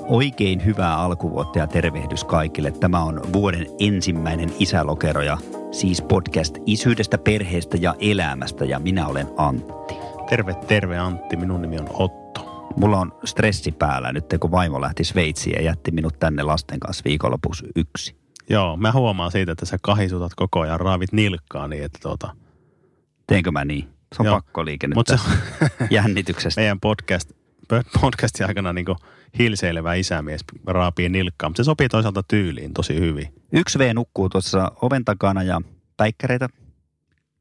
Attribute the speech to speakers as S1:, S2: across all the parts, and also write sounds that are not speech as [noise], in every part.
S1: Oikein hyvää alkuvuotta ja tervehdys kaikille. Tämä on vuoden ensimmäinen isälokero ja siis podcast isyydestä, perheestä ja elämästä ja minä olen Antti.
S2: Terve, terve Antti. Minun nimi on Otto.
S1: Mulla on stressi päällä nyt, kun vaimo lähti Sveitsiin ja jätti minut tänne lasten kanssa viikonlopussa yksi.
S2: Joo, mä huomaan siitä, että sä kahisutat koko ajan, raavit nilkkaa niin, että tuota,
S1: Teenkö mä niin? Se on
S2: Joo.
S1: pakkoliike nyt
S2: Mut se-
S1: tässä jännityksestä.
S2: [laughs] meidän podcast, [laughs] podcastin aikana niin hilseilevä isämies raapii nilkkaa, mutta se sopii toisaalta tyyliin tosi hyvin.
S1: Yksi V nukkuu tuossa oven takana ja päikkäreitä.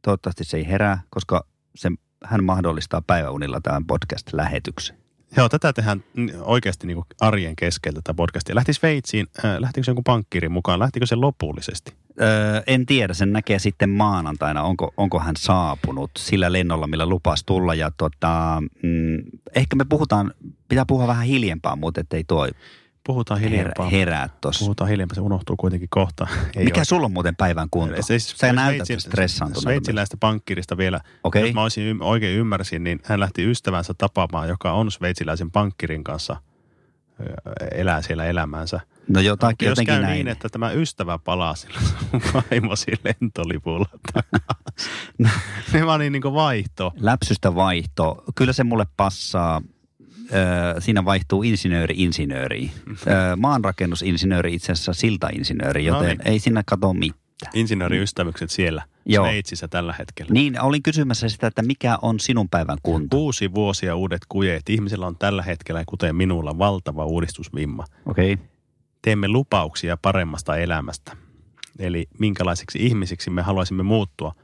S1: Toivottavasti se ei herää, koska se, hän mahdollistaa päiväunilla tämän podcast-lähetyksen.
S2: Joo, tätä tehdään mm, oikeasti niin kuin arjen keskeltä tätä podcastia. Lähti Sveitsiin, äh, lähtikö se jonkun pankkiiri mukaan, lähtikö se lopullisesti?
S1: Öö, en tiedä, sen näkee sitten maanantaina, onko, onko hän saapunut sillä lennolla, millä lupas tulla. Ja tota, mm, ehkä me puhutaan, pitää puhua vähän hiljempää, mutta ettei toi
S2: Puhutaan hiljempaa.
S1: her, herää tuossa.
S2: Puhutaan hiljempaa, se unohtuu kuitenkin kohta. [laughs] Ei
S1: Mikä
S2: ole-
S1: sulla on muuten päivän kunto?
S2: Se- siis- se-
S1: Sä
S2: se-
S1: näytät
S2: Sveitsi-
S1: stressaantuneelta.
S2: Sveitsiläistä pankkirista vielä.
S1: siis Okei.
S2: Jos mä olisin, ym- oikein ymmärsin, niin hän lähti ystävänsä tapaamaan, joka on sveitsiläisen pankkirin kanssa, ö, elää siellä elämäänsä.
S1: No jotakin
S2: Jos
S1: jotenkin
S2: käy
S1: näin.
S2: niin, että tämä ystävä palaa sillä sun vaimosi lentolipulla takaisin.
S1: [laughs]
S2: Ne vaan niin, niin kuin vaihto.
S1: Läpsystä vaihto. Kyllä se mulle passaa. Öö, siinä vaihtuu insinööri
S2: [laughs]
S1: insinööriin. Öö, maanrakennusinsinööri itse asiassa siltainsinööri,
S2: No
S1: joten
S2: niin.
S1: ei siinä kato mitään.
S2: Insinööriystävykset siellä
S1: Joo.
S2: Sveitsissä tällä hetkellä.
S1: Niin, olin kysymässä sitä, että mikä on sinun päivän kunto.
S2: Uusi vuosi ja uudet kujeet. Ihmisellä on tällä hetkellä, kuten minulla, valtava uudistusvimma.
S1: Okei. Okay.
S2: teemme lupauksia paremmasta elämästä. Eli minkälaisiksi ihmisiksi me haluaisimme muuttua.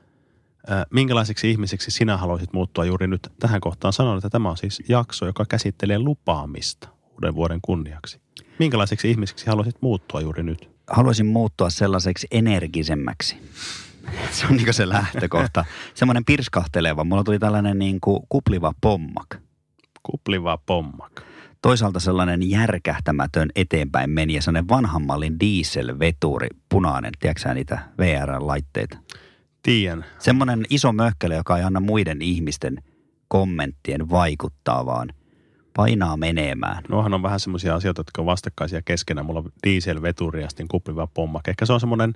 S2: Ö, Minkälaiseksi ihmiseksi sinä haluaisit muuttua juuri nyt? Tähän kohtaan sanon, että tämä on siis jakso, joka käsittelee lupaamista uuden vuoden kunniaksi. Minkälaiseksi ihmiseksi haluaisit muuttua juuri nyt?
S1: Haluaisin muuttua sellaiseksi energisemmäksi. [laughs] se on niin se lähtökohta. Semmoinen pirskahteleva. Mulla tuli tällainen niin kuin kupliva pommak.
S2: Kuplivaa pommak.
S1: Toisaalta sellainen järkähtämätön eteenpäin meni ja sellainen vanhan mallin dieselveturi, punainen, tiedätkö sä niitä VR-laitteita.
S2: Tiedän.
S1: Semmoinen iso möhkele, joka ei anna muiden ihmisten kommenttien vaikuttaa, vaan painaa menemään.
S2: Nuohan on vähän semmoisia asioita, jotka on vastakkaisia keskenään. Mulla on dieselveturi ja sitten kupliva pommak. Ehkä se on semmoinen,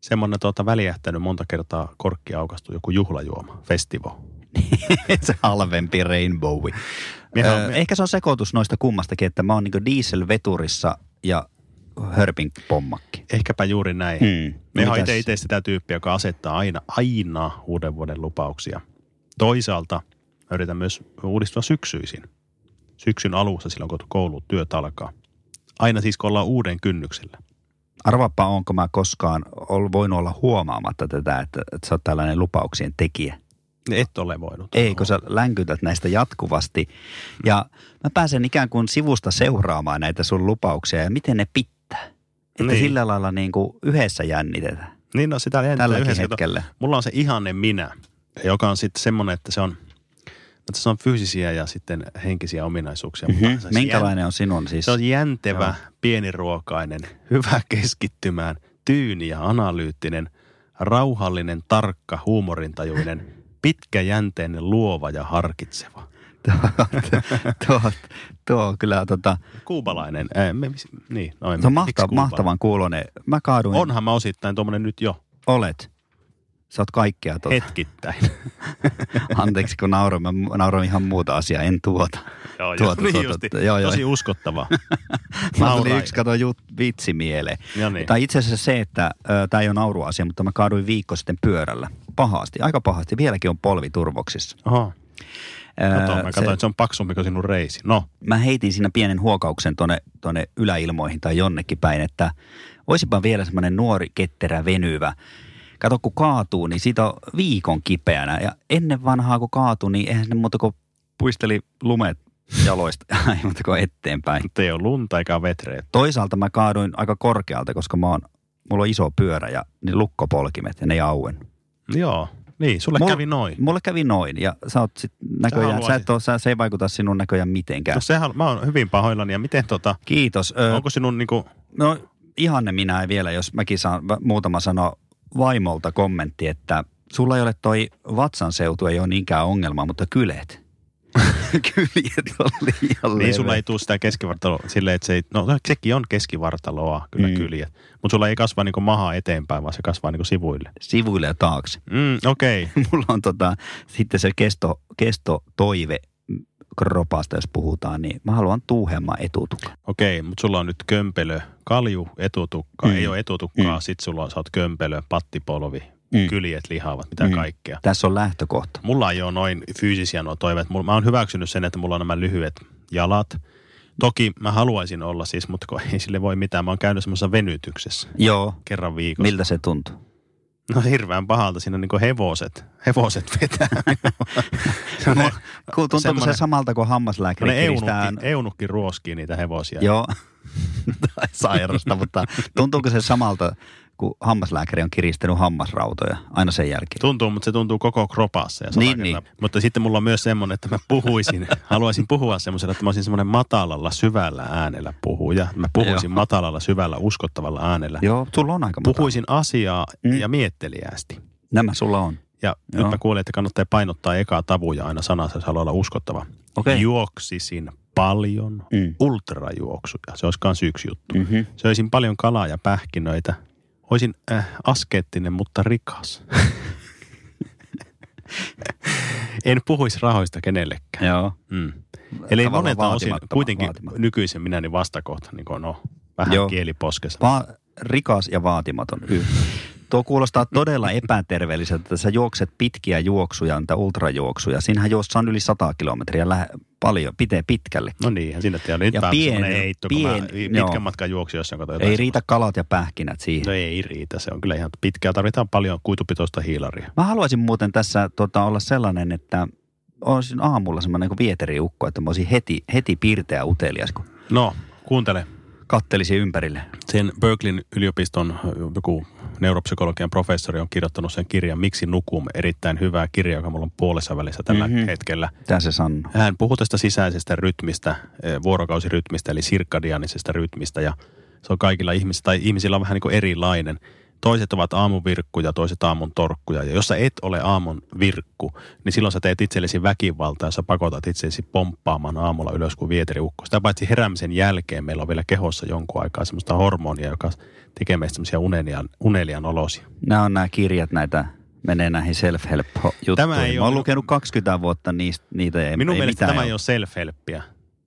S2: semmoinen tuota, väliähtänyt monta kertaa korkki aukastu joku juhlajuoma, festivo.
S1: [laughs] se halvempi Rainbowi.
S2: Minä-
S1: Öö, ehkä se on sekoitus noista kummastakin, että mä oon niinku dieselveturissa ja hörpin pommakki.
S2: Ehkäpä juuri näin.
S1: Hmm.
S2: Me
S1: Mitäs?
S2: on itse, itse sitä tyyppiä, joka asettaa aina, aina uuden vuoden lupauksia. Toisaalta mä yritän myös uudistua syksyisin. Syksyn alussa silloin, kun koulu työt alkaa. Aina siis, kun ollaan uuden kynnyksellä.
S1: Arvaappa, onko mä koskaan ol, voinut olla huomaamatta tätä, että, että sä oot tällainen lupauksien tekijä.
S2: Niin Et ole voinut.
S1: Ei, kun sä länkytät näistä jatkuvasti. Ja mä pääsen ikään kuin sivusta seuraamaan näitä sun lupauksia ja miten ne pitää. Että niin.
S2: Niin.
S1: sillä lailla niin kuin yhdessä jännitetään.
S2: Niin, no sitä jännittää
S1: Tälläkin
S2: yhdessä, kato.
S1: hetkellä.
S2: Mulla on se ihanne minä, joka on sitten semmoinen, että se on, että se on fyysisiä ja sitten henkisiä ominaisuuksia. Mutta se on se
S1: Mhm. Minkälainen on sinun siis?
S2: Se on jäntevä,
S1: Joo.
S2: pieniruokainen, hyvä keskittymään, tyyni ja analyyttinen, rauhallinen, tarkka, huumorintajuinen, pitkäjänteinen, luova ja harkitseva.
S1: tuo, [laughs] tuo, tuo on kyllä tota,
S2: Kuubalainen, äh, me, mis- niin, no en,
S1: se on
S2: miksi
S1: mahta,
S2: kuubalainen?
S1: mahtavan kuulonen. Mä kaaduin, on.
S2: Onhan mä osittain tuommoinen nyt jo,
S1: olet. Sä oot kaikkea tuota. [laughs]
S2: hetkittäin.
S1: Anteeksi, kun nauroin, mä mu- nauroin ihan muuta asiaa, en tuota.
S2: joo,
S1: Tuota,
S2: niin
S1: tuota,
S2: justi.
S1: joo, joo.
S2: Tosi
S1: [laughs]
S2: uskottava.
S1: Mä tuli
S2: Nauraa.
S1: yksi, kato jut, vitsi mieleen.
S2: Ja niin.
S1: Tai itse asiassa se, että tämä ei ole nauruasia, mutta mä kaaduin viikko sitten pyörällä. Pahasti, aika pahasti. Vieläkin on polvi turvoksissa.
S2: Oho,
S1: Ö,
S2: kato, mä katsoin,
S1: se-
S2: että se on paksumpi kuin sinun reisi. No,
S1: mä heitin siinä pienen huokauksen tuonne tonne yläilmoihin tai jonnekin päin, että olisipa vielä semmoinen nuori, ketterä, venyvä. Kato, kun kaatuu, niin siitä on viikon kipeänä. Ja ennen vanhaa, kun kaatuu, niin eihän ne muuta kuin puisteli lumet jaloista, [laughs] ei muuta kuin eteenpäin.
S2: nyt ei ole lunta eikä ole vetreä.
S1: Toisaalta mä kaaduin aika korkealta, koska mä oon, mulla on iso pyörä ja ne lukkopolkimet ja ne auen.
S2: Joo, niin, sulle
S1: Mulla-
S2: kävi noin.
S1: Mulle kävi noin ja sä oot sit näköjään, sä, sä,
S2: haluaisit-
S1: et oo, sä, se ei vaikuta sinun näköjään mitenkään.
S2: No, sehän, mä oon hyvin pahoillani ja miten tota,
S1: Kiitos. Ö,
S2: Onko sinun niinku,
S1: No ihanne minä vielä, jos mäkin saan va- muutama sano vaimolta
S2: [laughs]
S1: kommentti, että sulla ei ole toi vatsan seutu, ei ole niinkään ongelma, mutta kylet. kyljet on liian
S2: Niin sulla
S1: leveät.
S2: ei tule sitä keskivartaloa silleen, että se ei, no sekin on keskivartaloa kyllä
S1: Mm.
S2: mm. kyljet, mutta sulla ei kasva niinku maha eteenpäin, vaan se kasvaa niinku sivuille.
S1: Sivuille ja taakse. [laughs]
S2: Mm, okei. Okay.
S1: mulla on tota, sitten se kesto, kestotoive kropasta, jos puhutaan, niin mä haluan tuuhemman etutukan.
S2: Okei, okay, mutta sulla on nyt kömpelö, kalju, etutukka,
S1: Mm.
S2: mm. ei ole etutukkaa,
S1: Mm.
S2: mm. sit sulla on, sä oot kömpelö, pattipolvi,
S1: Mm.
S2: mm. kyljet, lihavat, mitä
S1: Mm.
S2: mm. kaikkea.
S1: Tässä on lähtökohta.
S2: Mulla ei ole noin fyysisiä nuo toiveet. Mulla- Mä oon hyväksynyt sen, että mulla on nämä lyhyet jalat. Toki mä haluaisin olla siis, mutta kun [laughs] ei sille voi mitään. Mä oon käynyt semmoisessa venytyksessä
S1: Joo.
S2: kerran viikossa.
S1: Miltä se tuntuu?
S2: No hirveän pahalta. Siinä on niin hevoset. Hevoset
S1: [laughs]
S2: vetää. Semmoinen-
S1: Ku- Tuntuuko se
S2: semmoinen-
S1: samalta kuin hammaslääkäri
S2: semmoinen
S1: kiristää?
S2: eunukki, eunukki ruoskii niitä hevosia.
S1: Joo. Tai [laughs] Sairasta, mutta tuntuuko se samalta, kun hammaslääkäri on kiristänyt hammasrautoja aina sen jälkeen?
S2: Tuntuu, mutta se tuntuu koko kropassa. Ja
S1: Niin,
S2: niin, niin. Mutta sitten mulla on myös semmoinen, että mä
S1: [laughs]
S2: puhuisin, haluaisin puhua semmoisella, että mä olisin semmoinen matalalla, syvällä äänellä puhuja. Mä puhuisin matalalla, syvällä, uskottavalla äänellä.
S1: Joo, sulla on aika matala.
S2: puhuisin asiaa
S1: Mm.
S2: mm. ja mietteliästi.
S1: Nämä sulla on.
S2: Ja Joo.
S1: Joo.
S2: nyt mä kuulin, että kannattaa painottaa ekaa tavuja aina sanassa, jos haluaa olla uskottava.
S1: Okei.
S2: Juoksisin paljon
S1: Mm.
S2: ultrajuoksuja. Se olisi myös yksi juttu. Mm.
S1: Mm-hmm.
S2: Söisin paljon kalaa ja pähkinöitä. Oisin äh, askeettinen, mutta rikas. [laughs] en puhuisi rahoista kenellekään.
S1: Joo.
S2: Mm. Eli
S1: Tavallaan
S2: monelta osin
S1: vaatimattoma-
S2: kuitenkin
S1: vaatimattoma.
S2: nykyisen minä niin vastakohta, niin kuin no, vähän
S1: Joo.
S2: Joo. kieliposkessa.
S1: Va- rikas ja vaatimaton. Y. Tuo kuulostaa todella epäterveelliseltä, että sä juokset pitkiä juoksuja, niitä ultrajuoksuja. Siinähän juossa on yli 100 kilometriä, lähe, paljon, pitää pitkälle.
S2: No niin, siinä tiedä. Nyt
S1: Ja
S2: ja
S1: pien-
S2: pien, heitto, kun mä
S1: pien- joo.
S2: pitkän matkan juoksin, jos jotain
S1: Ei riitä kalat ja pähkinät siihen.
S2: No ei riitä, se on kyllä ihan pitkää. Tarvitaan paljon kuitupitoista hiilaria.
S1: Mä haluaisin muuten tässä tota, olla sellainen, että olisin aamulla semmoinen kuin vieteriukko, että mä olisin heti, heti pirteä utelias, kun
S2: No, kuuntele.
S1: kattelisin ympärille.
S2: Sen Berklin yliopiston joku neuropsykologian professori on kirjoittanut sen kirjan Miksi nukumme? Erittäin hyvää kirja, joka mulla on puolessa välissä tällä
S1: Mhm.
S2: mm-hmm. hetkellä.
S1: Mitä se sanoo?
S2: Hän puhuu tästä sisäisestä rytmistä, eh, vuorokausirytmistä, eli sirkadianisesta rytmistä, ja se on kaikilla ihmisillä, tai ihmisillä on vähän niin kuin erilainen. Toiset ovat aamuvirkkuja, toiset aamun torkkuja, ja jos sä et ole aamun virkku, niin silloin sä teet itsellesi väkivaltaa, ja sä pakotat itsellesi pomppaamaan aamulla ylös kuin vieteriukko. Sitä paitsi heräämisen jälkeen meillä on vielä kehossa jonkun aikaa semmoista hormonia, joka tekee meistä semmoisia unelian, unelian olosia.
S1: Nämä on nämä kirjat, näitä menee näihin self-help-juttuihin.
S2: Tämä ei
S1: Mä oon
S2: ole-
S1: lukenut 20 vuotta niistä, niitä ei,
S2: Minun
S1: ei
S2: mielestä
S1: mitään
S2: tämä ei ole self-helppiä.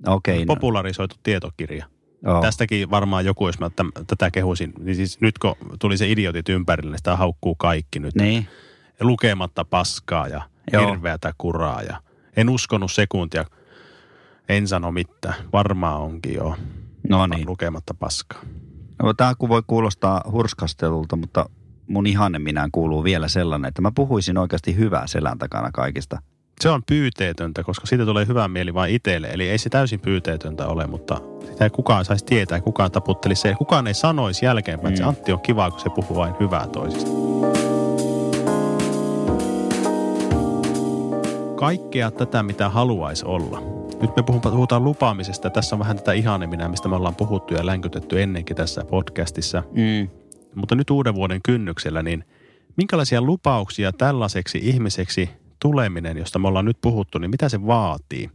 S1: Okei, no.
S2: Popularisoitu tietokirja.
S1: Joo.
S2: Tästäkin varmaan joku, jos mä täm, tätä kehuisin, niin siis nyt kun tuli se idiotit ympärille, niin sitä haukkuu kaikki nyt. Ne.
S1: Niin.
S2: Lukematta paskaa ja
S1: Joo.
S2: Joo. hirveätä kuraa ja en uskonut sekuntia. En sano mitään. Varmaan onkin joo.
S1: No
S2: Niin.
S1: niin.
S2: Lukematta paskaa.
S1: No, tämä kun voi kuulostaa hurskastelulta, mutta mun ihanne minään kuuluu vielä sellainen, että mä puhuisin oikeasti hyvää selän takana kaikista.
S2: Se on pyyteetöntä, koska siitä tulee hyvä mieli vain itselle. Eli ei se täysin pyyteetöntä ole, mutta sitä ei kukaan saisi tietää, kukaan taputtelisi se. Kukaan ei sanoisi jälkeenpäin, että
S1: Mm.
S2: se Antti on kiva, kun se puhuu vain hyvää toisista. Kaikkea tätä, mitä haluaisi olla. Nyt me puhum- puhutaan lupaamisesta. Tässä on vähän tätä ihaneminä, mistä me ollaan puhuttu ja länkytetty ennenkin tässä podcastissa.
S1: Mm.
S2: Mutta nyt uuden vuoden kynnyksellä, niin minkälaisia lupauksia tällaiseksi ihmiseksi tuleminen, josta me ollaan nyt puhuttu, niin mitä se vaatii?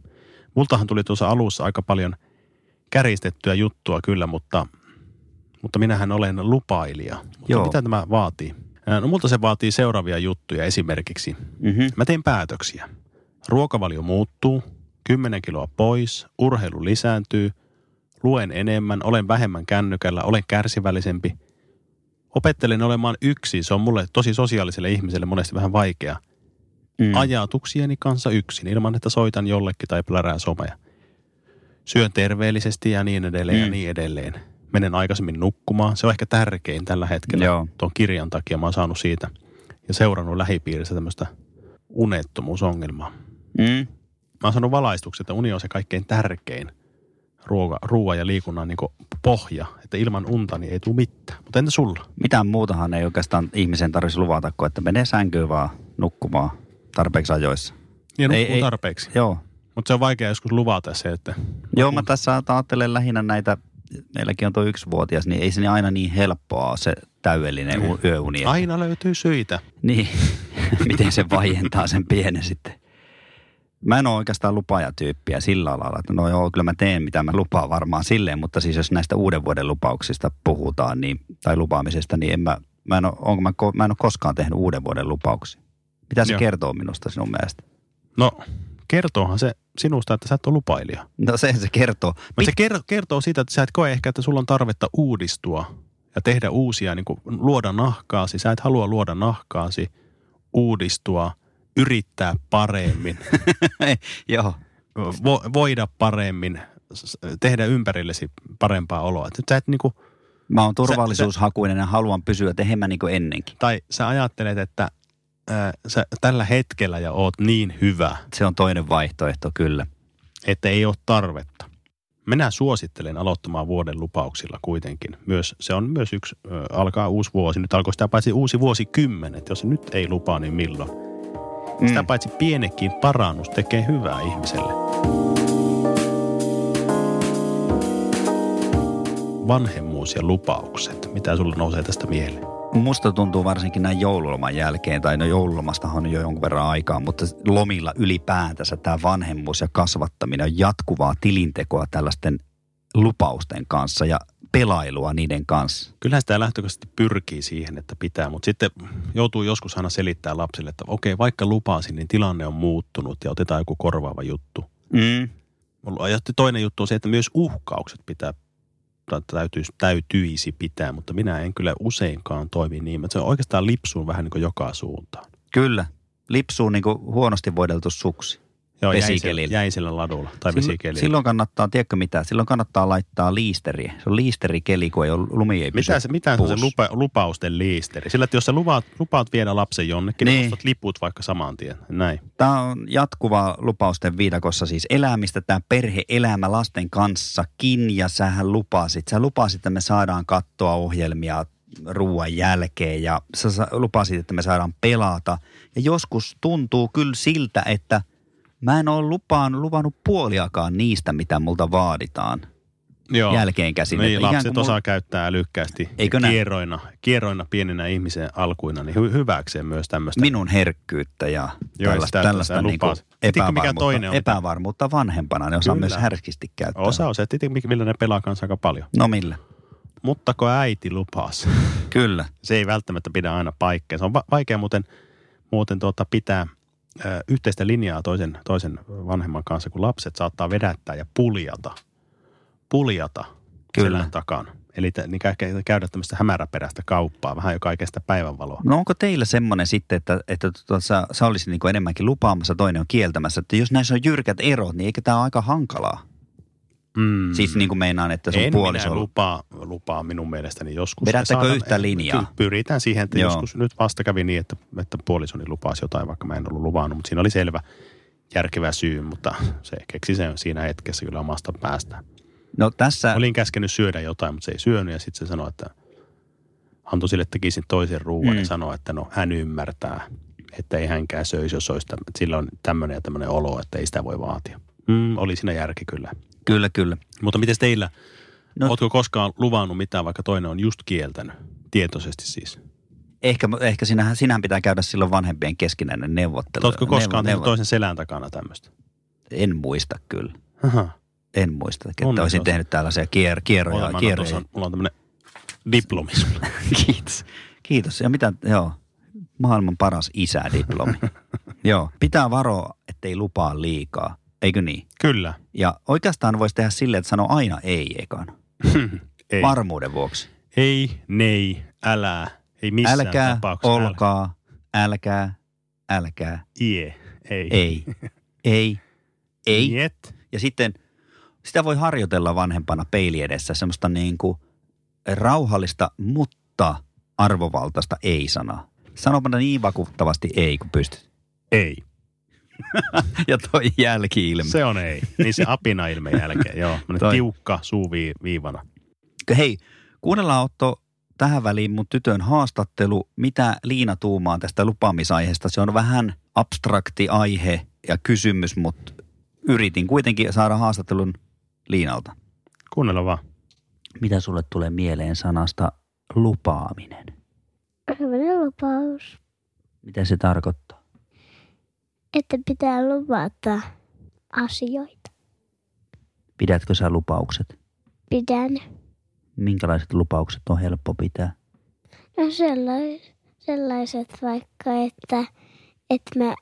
S2: Multahan tuli tuossa alussa aika paljon käristettyä juttua kyllä, mutta, mutta minähän olen lupailija. Mutta
S1: Joo.
S2: mitä tämä vaatii? Ää, No multa se vaatii seuraavia juttuja esimerkiksi.
S1: Mm-hmm.
S2: Mä teen päätöksiä. Ruokavalio muuttuu, 10 kiloa pois, urheilu lisääntyy, luen enemmän, olen vähemmän kännykällä, olen kärsivällisempi. Opettelen olemaan yksin, se on mulle tosi sosiaaliselle ihmiselle monesti vähän vaikea.
S1: Mm.
S2: Ajatuksieni kanssa yksin, ilman että soitan jollekin tai plärään someja. Syön terveellisesti ja niin edelleen mm.
S1: Mm.
S2: ja niin edelleen. Menen aikaisemmin nukkumaan, se on ehkä tärkein tällä hetkellä
S1: Joo.
S2: tuon kirjan takia mä oon saanut siitä ja seurannut lähipiirissä tämmöistä unettomuusongelmaa.
S1: Mm.
S2: Mä oon saanut valaistuksen, että uni on se kaikkein tärkein ruoka, ruoan ja liikunnan niin pohja, että ilman unta niin ei tule mitään. Mutta entä sulla?
S1: Mitään muutahan ei oikeastaan ihmisen tarvitsisi luvata, kuin että menee sänkyyn vaan nukkumaan tarpeeksi ajoissa.
S2: Ja
S1: Ei,
S2: Niin, nukkuu ei,
S1: ei.
S2: tarpeeksi.
S1: Joo.
S2: Mutta se on vaikea joskus luvata se, että
S1: Joo, mä tässä ajattelen lähinnä näitä, meilläkin on tuo yksivuotias, niin ei se niin aina niin helppoa ole se täydellinen
S2: Niin.
S1: u- yöuni.
S2: [laughs] aina löytyy syitä.
S1: Niin, miten se vaientaa sen pienen sitten. Mä en ole oikeastaan lupaajatyyppiä sillä lailla, että no joo, kyllä mä teen mitä mä lupaan varmaan silleen, mutta siis jos näistä uuden vuoden lupauksista puhutaan niin, tai lupaamisesta, niin en mä, mä, en ole, onko mä, ko- mä en ole koskaan tehnyt uuden vuoden lupauksia. Mitä se
S2: Joo.
S1: kertoo minusta sinun mielestä?
S2: No, kertoohan se sinusta, että sä et ole lupailija.
S1: No sen se kertoo.
S2: Mutta No
S1: [laughs]
S2: se ker- kertoo siitä, että sä et koe ehkä, että sulla on tarvetta uudistua ja tehdä uusia, niin kuin luoda nahkaasi. Sä et halua luoda nahkaasi, uudistua, yrittää paremmin, [laughs]
S1: joo,
S2: vo- voida paremmin, s- tehdä ympärillesi parempaa oloa. Et Sä et niin kuin,
S1: mä oon turvallisuushakuinen ja haluan pysyä tehemmän niin kuin ennenkin.
S2: tai sä ajattelet, että ää, sä tällä hetkellä ja oot niin hyvä,
S1: Se on toinen vaihtoehto kyllä.
S2: että ei ole tarvetta. Minä suosittelen aloittamaan vuoden lupauksilla kuitenkin. Myös, se on myös yksi, ö, alkaa uusi vuosi. Nyt alkoi sitä paitsi uusi vuosi kymmenet. Jos nyt ei lupaa, niin milloin? Mm. Sitä paitsi pienekin parannus tekee hyvää ihmiselle. Vanhemmuus ja lupaukset. Mitä sulle nousee tästä mieleen?
S1: Musta tuntuu varsinkin näin joululoman jälkeen, tai no joululomastahan on jo jonkun verran aikaa, mutta lomilla ylipäätänsä tämä vanhemmuus ja kasvattaminen on jatkuvaa tilintekoa tällaisten lupausten kanssa ja pelailua niiden kanssa.
S2: Kyllähän sitä lähtökohtaisesti pyrkii siihen, että pitää, mutta sitten joutuu joskus aina selittää lapsille, että okei, vaikka lupasin, niin tilanne on muuttunut ja otetaan joku korvaava juttu.
S1: Mm.
S2: Mulla on- Ja sitten toinen juttu on se, että myös uhkaukset pitää, tai täytyisi, täytyisi pitää, mutta minä en kyllä useinkaan toimi niin. Että se oikeastaan lipsuun vähän niin kuin joka suuntaan.
S1: Kyllä. Lipsuu niin kuin huonosti voideltu suksi.
S2: Joo,
S1: Vesikelillä.
S2: Jäin sillä ladulla tai
S1: Silloin,
S2: vesikelillä.
S1: silloin kannattaa, tiedätkö mitä, silloin kannattaa laittaa liisteriä. Se on liisterikeli, kun ei ole, lumi ei pysy
S2: Mitä se, mitä se on se
S1: puussa.
S2: lupa, lupausten liisteri? Sillä, että jos sä lupaat, lupaat viedä lapsen jonnekin, niin
S1: Niin.
S2: ostat liput vaikka saman tien. Näin.
S1: Tämä on jatkuvaa lupausten viidakossa siis elämistä, tämä perhe-elämä lasten kanssakin ja sähän lupasit. Sä lupasit, että me saadaan katsoa ohjelmia ruoan jälkeen ja sä sa- lupasit, että me saadaan pelata. Ja joskus tuntuu kyllä siltä, että mä en ole lupaan, luvannut puoliakaan niistä, mitä multa vaaditaan
S2: Joo.
S1: jälkeenkäsin.
S2: Niin,
S1: Että ikään
S2: lapset
S1: kuin
S2: osaa käyttää älykkäästi
S1: Eikö
S2: ja
S1: näin?
S2: kierroina, kierroina pieninä ihmisen alkuina, niin hy- hyväkseen myös tämmöistä.
S1: minun herkkyyttä ja
S2: Joo,
S1: tällaista,
S2: sitä- sitä
S1: tällaista niin kuin
S2: lupaat. Tiedätkö, mikä
S1: epävarmuutta,
S2: toinen on?
S1: epävarmuutta vanhempana, ne osaa
S2: Kyllä.
S1: myös härskisti käyttää.
S2: Osa on se, että tiedä, millä ne pelaa kanssa aika paljon.
S1: No millä?
S2: Mutta kun äiti lupasi,
S1: Kyllä.
S2: [laughs] se ei välttämättä pidä aina paikkaa. Se on va- vaikea muuten, muuten tuota pitää ö, yhteistä linjaa toisen, toisen vanhemman kanssa, kun lapset saattaa vedättää ja puljata. Puljata
S1: Kyllä.
S2: selän takana. Eli t- niin kä- käydä tämmöistä hämäräperäistä kauppaa, vähän joka ei kestä päivänvaloa.
S1: No onko teillä semmoinen sitten, että, että tota, sä, sä olisit niin kuin enemmänkin lupaamassa, toinen on kieltämässä, että jos näissä on jyrkät erot, niin eikö tämä ole aika hankalaa?
S2: Mm.
S1: Mm. Siis niin kuin meinaan, että sun
S2: en
S1: puoliso...
S2: minä lupaa, lupaa minun mielestäni joskus.
S1: Vedättekö
S2: Me saadaan-
S1: yhtä linjaa?
S2: Kyllä, pyritään siihen, että Joo.
S1: Joo.
S2: joskus nyt vasta kävi niin, että, että puolisoni lupasi jotain, vaikka mä en ollut luvannut, mutta siinä oli selvä järkevä syy, mutta se keksi sen siinä hetkessä kyllä omasta päästä.
S1: No tässä...
S2: Olin käskenyt syödä jotain, mutta se ei syönyt ja sitten se sanoi, että antoi sille tekisin toisen ruuan mm. ja
S1: Mm.
S2: sanoi, että no hän ymmärtää, että ei hänkään söisi, jos olisi tämmö- sillä on tämmöinen ja tämmöinen olo, että ei sitä voi vaatia. Mm, oli siinä järki kyllä.
S1: Kyllä, kyllä.
S2: Mutta miten teillä, no.
S1: No-
S2: ootko koskaan luvannut mitään, vaikka toinen on just kieltänyt? Tietoisesti siis.
S1: Ehkä, ehkä sinähän, sinähän pitää käydä silloin vanhempien keskinäinen neuvottelu.
S2: Oletko koskaan
S1: Neuvo-
S2: tehnyt toisen selän takana tämmöistä?
S1: neuvo- En muista kyllä.
S2: Aha.
S1: En muista, että
S2: Onneksi
S1: olisin
S2: olet.
S1: tehnyt tällaisia kier, kierroja.
S2: Oota, mä
S1: kierroja.
S2: tuossa on, mulla on tämmöinen diplomi. sulla.
S1: [laughs] Kiitos. Kiitos. Ja mitä, joo, maailman paras
S2: [laughs]
S1: isädiplomi. joo, pitää varoa, ettei lupaa liikaa. Eikö niin? [laughs]
S2: Kyllä.
S1: Ja oikeastaan voisi tehdä silleen, että sano aina ei ekan.
S2: ei.
S1: Varmuuden vuoksi.
S2: ei, nei, älä. Ei missään
S1: älkää,
S2: tapauksessa.
S1: olkaa, älkää, älkää,
S2: Ie. Ei. Niin
S1: ei, ei, ei.
S2: Niet.
S1: Ja sitten sitä voi harjoitella vanhempana peili edessä, semmoista niin kuin rauhallista, mutta arvovaltaista ei-sanaa. Sanopa niin vakuuttavasti ei, kun pystyt.
S2: Ei.
S1: Ja toi jälki-ilme.
S2: Se on ei. Niin se apina ilme
S1: [laughs]
S2: jälkeen, joo. Tämmönen
S1: Toi.
S2: tiukka suuviivana.
S1: Hei, kuunnellaan Otto tähän väliin mun tytön haastattelu. Mitä Liina tuumaa tästä lupaamisaiheesta? Se on vähän abstrakti aihe ja kysymys, mutta yritin kuitenkin saada haastattelun Liinalta.
S2: Kuunnella vaan.
S1: Mitä sulle tulee mieleen sanasta lupaaminen?
S3: Semmoinen lupaus.
S1: Mitä se tarkoittaa?
S3: että pitää luvata asioita.
S1: Pidätkö sä lupaukset?
S3: Pidän
S1: Minkälaiset lupaukset on helppo pitää?
S3: no sellaiset, sellaiset vaikka, että, että mä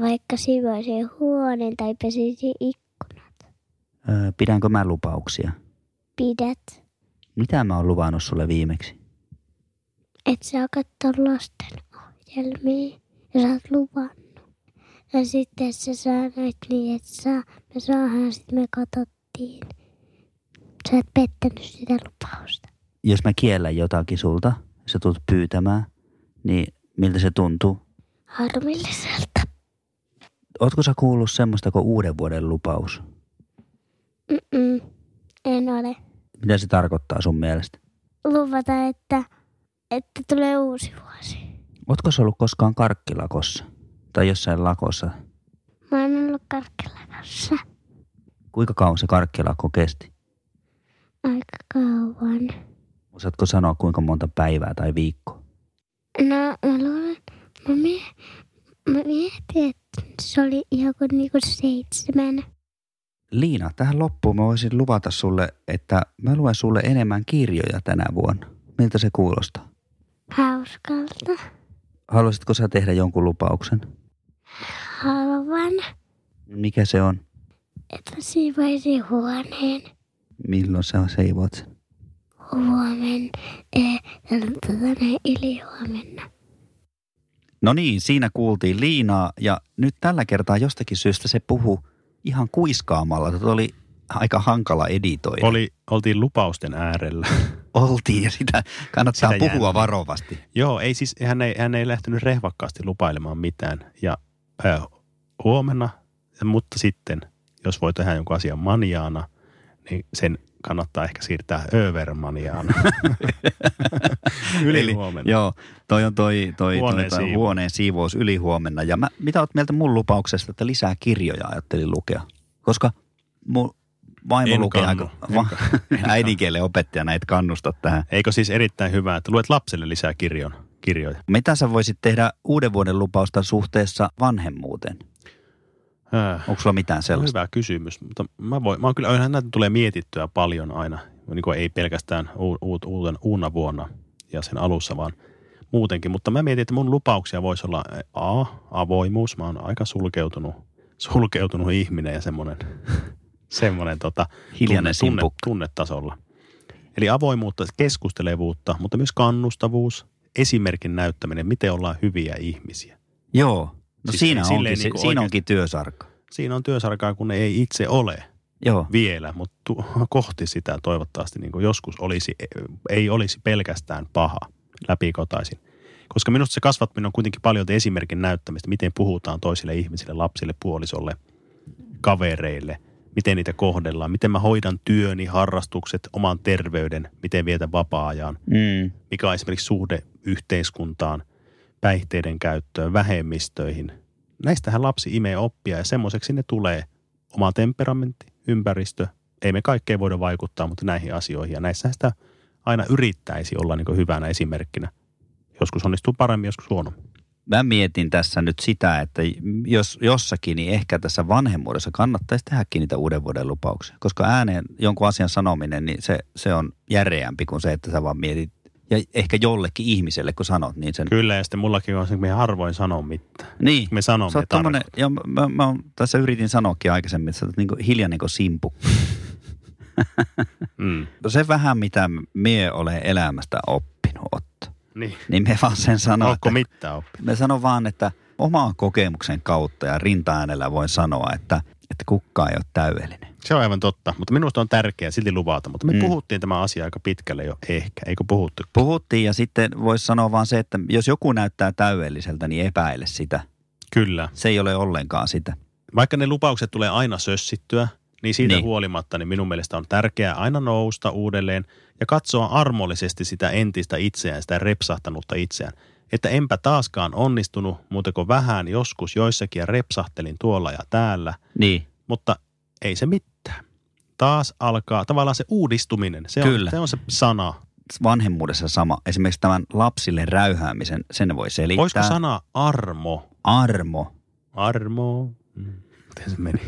S3: vaikka sivoisin huoneen tai pesisin ikkunat.
S1: Öö, pidänkö mä lupauksia?
S3: Pidät,
S1: Mitä mä oon luvannut sulle viimeksi?
S3: et saa katsoa lasten ohjelmia ja sä oot luvannut. Ja sitten sä sanoit niin, että saa, me saadaan, sitten me katsottiin. Sä et pettänyt sitä lupausta.
S1: Jos mä kiellän jotakin sulta, sä tulet pyytämään, niin miltä se tuntuu?
S3: Harmilliselta.
S1: Ootko sä kuullut semmoista kuin uuden vuoden lupaus?
S3: Mm-mm. En ole.
S1: Mitä se tarkoittaa sun mielestä?
S3: Luvata, että, että tulee uusi vuosi.
S1: Ootko sä ollut koskaan karkkilakossa? Tai jossain lakossa?
S3: Mä oon ollut karkkilakassa
S1: Kuinka kauan se karkkilakko kesti?
S3: aika kauan.
S1: Osaatko sanoa kuinka monta päivää tai viikkoa?
S3: No, mä luulen, mä, mie, mä mietin, että se oli joku niinku seitsemän.
S1: Liina, tähän loppuun mä voisin luvata sulle, että mä luen sulle enemmän kirjoja tänä vuonna. Miltä se kuulostaa?
S3: Hauskalta.
S1: Haluaisitko sä tehdä jonkun lupauksen?
S3: Haluan,
S1: Mikä se on?
S3: että siivoisin huoneen
S1: Milloin sä seivoat sen?
S3: huomenna. Eh, tota, näin ylihuomenna.
S1: No niin, siinä kuultiin Liinaa ja nyt tällä kertaa jostakin syystä se puhuu ihan kuiskaamalla. Tätä oli aika hankala editoida.
S2: Oli, oltiin lupausten äärellä.
S1: Oltiin ja sitä kannattaa
S2: Sitä
S1: sitä
S2: jää.
S1: puhua varovasti.
S2: Joo, ei siis, hän ei, hän ei lähtenyt rehvakkaasti lupailemaan mitään. Ja äh, huomenna, mutta sitten, jos voi tehdä jonkun asian maniaana, niin sen kannattaa ehkä siirtää övermaniaana. Yli huomenna.
S1: Joo, toi on toi, toi, huoneen,
S2: Huoneen
S1: toi, toi
S2: siivous.
S1: huoneen siivous yli huomenna. Ja mä, mitä oot mieltä mun lupauksesta, että lisää kirjoja ajattelin lukea? Koska mun vaimo
S2: En
S1: lukee
S2: kannu.
S1: aika, va, [laughs] äidinkielen opettajana et kannusta tähän.
S2: Eikö siis erittäin hyvää, että luet lapselle lisää kirjon, kirjoja?
S1: Mitä sä voisit tehdä uuden vuoden lupausta suhteessa vanhemmuuteen?
S2: Äh.
S1: Onko sulla mitään sellaista?
S2: Hyvä kysymys, mutta mä, voin, mä oon kyllä, onhan näitä tulee mietittyä paljon aina, niin kuin ei pelkästään u, u, uuden, uuna vuonna ja sen alussa, vaan muutenkin. Mutta mä mietin, että mun lupauksia voisi olla eh, A, avoimuus. Mä oon aika sulkeutunut, sulkeutunut ihminen ja [laughs] semmoinen, semmoinen tota,
S1: Hiljainen
S2: tunne,
S1: simpukka.
S2: tunnetasolla. Eli avoimuutta, keskustelevuutta, mutta myös kannustavuus, esimerkin näyttäminen, miten ollaan hyviä ihmisiä.
S1: Joo, no
S2: Siis
S1: siinä,
S2: silleen
S1: onkin, niin
S2: niinku
S1: siinä
S2: oikeesti-
S1: onkin työsarka.
S2: Siinä on työsarkaa, kun ne ei itse ole.
S1: Joo.
S2: vielä, mutta tu- kohti sitä toivottavasti niin kuin joskus olisi, ei olisi pelkästään paha läpikotaisin. Koska minusta se kasvattaminen on kuitenkin paljon esimerkin näyttämistä, miten puhutaan toisille ihmisille, lapsille, puolisolle, kavereille, miten niitä kohdellaan, miten mä hoidan työni, harrastukset, oman terveyden, miten vietän vapaa-ajan,
S1: Mm.
S2: mikä on esimerkiksi suhde yhteiskuntaan, päihteiden käyttöön, vähemmistöihin. Näistähän lapsi imee oppia ja semmoiseksi ne tulee oma temperamentti, ympäristö. Ei me kaikkeen voida vaikuttaa, mutta näihin asioihin. Ja näissähän sitä aina yrittäisi olla niin hyvänä esimerkkinä. Joskus onnistuu paremmin, joskus huonommin.
S1: mä mietin tässä nyt sitä, että jos jossakin, niin ehkä tässä vanhemmuudessa kannattaisi tehdäkin niitä uuden vuoden lupauksia. Koska ääneen jonkun asian sanominen, niin se, se on järeämpi kuin se, että sä vaan mietit. Ja ehkä jollekin ihmiselle, kun sanot, niin sen...
S2: Kyllä, ja sitten mullakin on se, että me harvoin sanon mitään.
S1: Niin.
S2: Me sanomme
S1: Sä oot tommonen, ja mä, mä, mä oon- tässä yritin sanoakin aikaisemmin, että sä oot niinku hiljainen kuin simpu.
S2: tarkoittaa. Mm.
S1: Se vähän, mitä mie olen elämästä oppinut ottaa,
S2: Niin.
S1: niin me vaan sen sanon,
S2: Onko
S1: että
S2: mitään oppia?
S1: Mä sanon vaan, että omaa kokemuksen kautta ja rinta-äänellä voin sanoa, että, että kukka ei ole täydellinen.
S2: Se on aivan totta, mutta minusta on tärkeää silti luvata. Mutta me
S1: Mm.
S2: mm. puhuttiin tämä asia aika pitkälle jo ehkä, eikö puhuttu?
S1: Puhuttiin ja sitten voisi sanoa vaan se, että jos joku näyttää täydelliseltä, niin epäile sitä.
S2: Kyllä.
S1: Se ei ole ollenkaan sitä.
S2: vaikka ne lupaukset tulee aina sössittyä, niin siitä
S1: Niin.
S2: niin. huolimatta niin minun mielestä on tärkeää aina nousta uudelleen ja katsoa armollisesti sitä entistä itseään, sitä repsahtanutta itseään. Että enpä taaskaan onnistunut, muuta kuin vähän joskus joissakin ja repsahtelin tuolla ja täällä,
S1: Niin.
S2: mutta ei se mitään. Taas alkaa tavallaan se uudistuminen, se
S1: Kyllä.
S2: on, se, on se sana.
S1: Vanhemmuudessa sama. Esimerkiksi tämän lapsille räyhäämisen, sen voi selittää.
S2: Voisiko sana armo
S1: Armo.
S2: Armo. Mm. Miten se meni?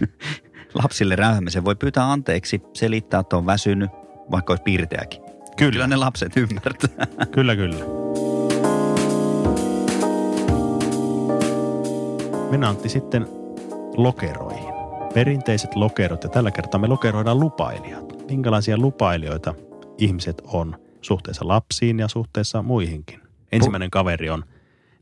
S1: Lapsille räyhämisen voi pyytää anteeksi, selittää, että on väsynyt, vaikka olisi pirteäkin. Kyllä
S2: Kyllä,
S1: ne lapset ymmärtää.
S2: kyllä, kyllä. Mennään Antti sitten lokeroihin. Perinteiset lokerot ja tällä kertaa me lokeroidaan lupailijat. Minkälaisia lupailijoita ihmiset on suhteessa lapsiin ja suhteessa muihinkin? Ensimmäinen kaveri on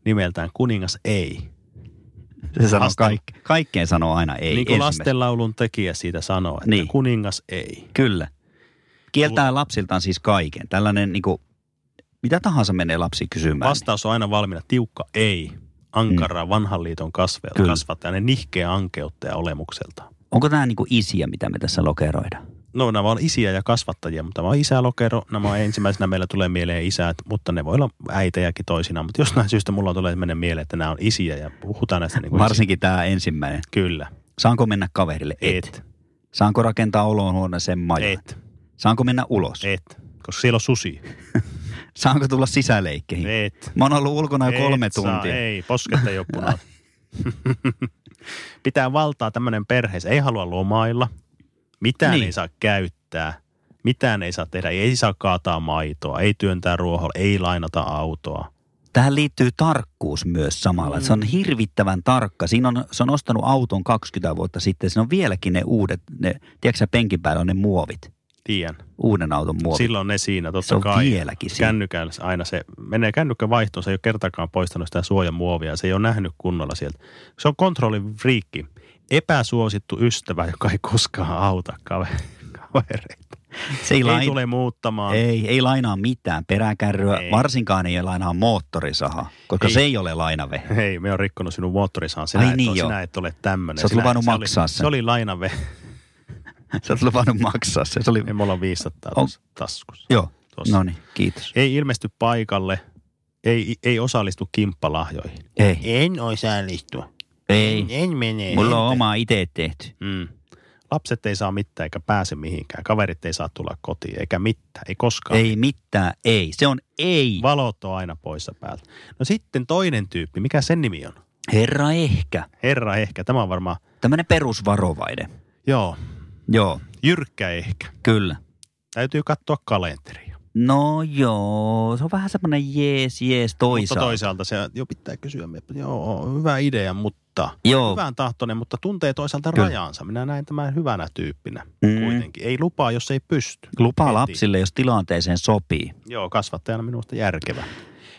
S2: nimeltään kuningas ei. Niin
S1: Se sanoo
S2: Lasten-
S1: kaikki. Kaikkeen sanoo aina ei.
S2: niin kuin
S1: ensimmäisenä.
S2: lastenlaulun tekijä siitä sanoo, että
S1: Niin.
S2: niin. kuningas ei.
S1: Kyllä. Kieltää lapsiltaan siis kaiken. Tällainen niin kuin, mitä tahansa menee lapsi kysymään.
S2: Vastaus on aina valmiina tiukka ei. Ankaraa vanhan liiton kasve-
S1: Mm. Kyllä.
S2: kasvattaja, nihkeä ankeutta ja olemukselta.
S1: Onko tämä niin kuin isiä, mitä me tässä lokeroidaan?
S2: No nämä on isiä ja kasvattajia, mutta tämä on isälokero. Nämä on ensimmäisenä meillä tulee mieleen isät, mutta ne voi olla äitejäkin toisinaan. Mutta jostain syystä mulla tulee mennä mieleen, että nämä on isiä ja puhutaan näistä niin kuin
S1: Varsinkin tämä ensimmäinen.
S2: Kyllä.
S1: Saanko mennä kaverille?
S2: Et.
S1: Saanko rakentaa oloon huoneeseen majan?
S2: Et.
S1: Saanko mennä ulos?
S2: Et. Koska siellä on susi.
S1: Saanko tulla sisäleikkeihin?
S2: Et.
S1: Mä oon ollut ulkona jo
S2: Et
S1: Niin. kolme
S2: saa,
S1: tuntia.
S2: ei, posketta jo punaa. [laughs] Pitää valtaa tämmöinen perheessä. Ei halua lomailla. Mitään
S1: Niin.
S2: niin. ei saa käyttää. Mitään ei saa tehdä. Ei saa kaataa maitoa. Ei työntää ruoholla. Ei lainata autoa.
S1: Tähän liittyy tarkkuus myös samalla. Mm. Se on hirvittävän tarkka. Siinä on, se on ostanut auton 20 vuotta sitten. Siinä on vieläkin ne uudet, ne, tiedätkö sä, penkin päällä on ne muovit.
S2: Tiedän.
S1: Uuden auton muovit.
S2: Silloin ne siinä, totta
S1: se on
S2: kai.
S1: vieläkin siinä.
S2: Kännykällä se aina se, menee kännykkä vaihtoon, se ei ole kertakaan poistanut sitä suojamuovia, se ei ole nähnyt kunnolla sieltä. Se on kontrollifriikki, epäsuosittu ystävä, joka ei koskaan auta kave- kavereita.
S1: Se ei,
S2: Ei,
S1: lain...
S2: tule muuttamaan.
S1: ei, ei lainaa mitään peräkärryä, ei.
S2: Ei.
S1: varsinkaan ei lainaa moottorisahaa, koska ei.
S2: Ei.
S1: se ei ole lainave. [laughs]
S2: Hei, me on rikkonut sinun moottorisahan. Sinä,
S1: Ai
S2: et,
S1: niin
S2: ole,
S1: joo.
S2: sinä et ole tämmöinen.
S1: Sä oot
S2: Sinä-
S1: luvannut
S2: se oli-
S1: maksaa sen.
S2: Se oli lainave.
S1: Sä oot luvannut maksaa se. se oli...
S2: Ei, mulla on 500
S1: On-
S2: tuossa taskussa.
S1: Joo,
S2: Tuossa.
S1: no niin, kiitos.
S2: Ei ilmesty paikalle, ei, ei osallistu kimppalahjoihin.
S1: Ei,
S2: En osallistua.
S1: ei.
S2: En mene.
S1: Mulla on
S2: En
S1: oma itse tehty.
S2: Mm. Lapset ei saa mitään eikä pääse mihinkään. Kaverit ei saa tulla kotiin eikä mitään. Ei koskaan.
S1: Ei mitään, ei. Se on ei.
S2: Valot on aina poissa päältä. No sitten toinen tyyppi. Mikä sen nimi on?
S1: Herra ehkä.
S2: Herra ehkä. Tämä on varmaan,
S1: Tämmöinen perusvarovainen.
S2: joo,
S1: Joo,
S2: jyrkkä ehkä.
S1: kyllä.
S2: Täytyy katsoa kalenteria.
S1: No joo, se on vähän semmoinen jees, jees
S2: Mutta
S1: toisaalta.
S2: toisaalta se, jo pitää kysyä, me- joo, hyvä idea, mutta
S1: Joo,
S2: hyvän tahtoinen, mutta tuntee toisaalta
S1: Oh. Kyllä.
S2: rajansa. Minä näen tämän hyvänä tyyppinä
S1: Mm.
S2: kuitenkin. Ei lupaa, jos ei pysty.
S1: lupaa
S2: Heti.
S1: lapsille, jos tilanteeseen sopii.
S2: Joo, kasvattajana minusta järkevä.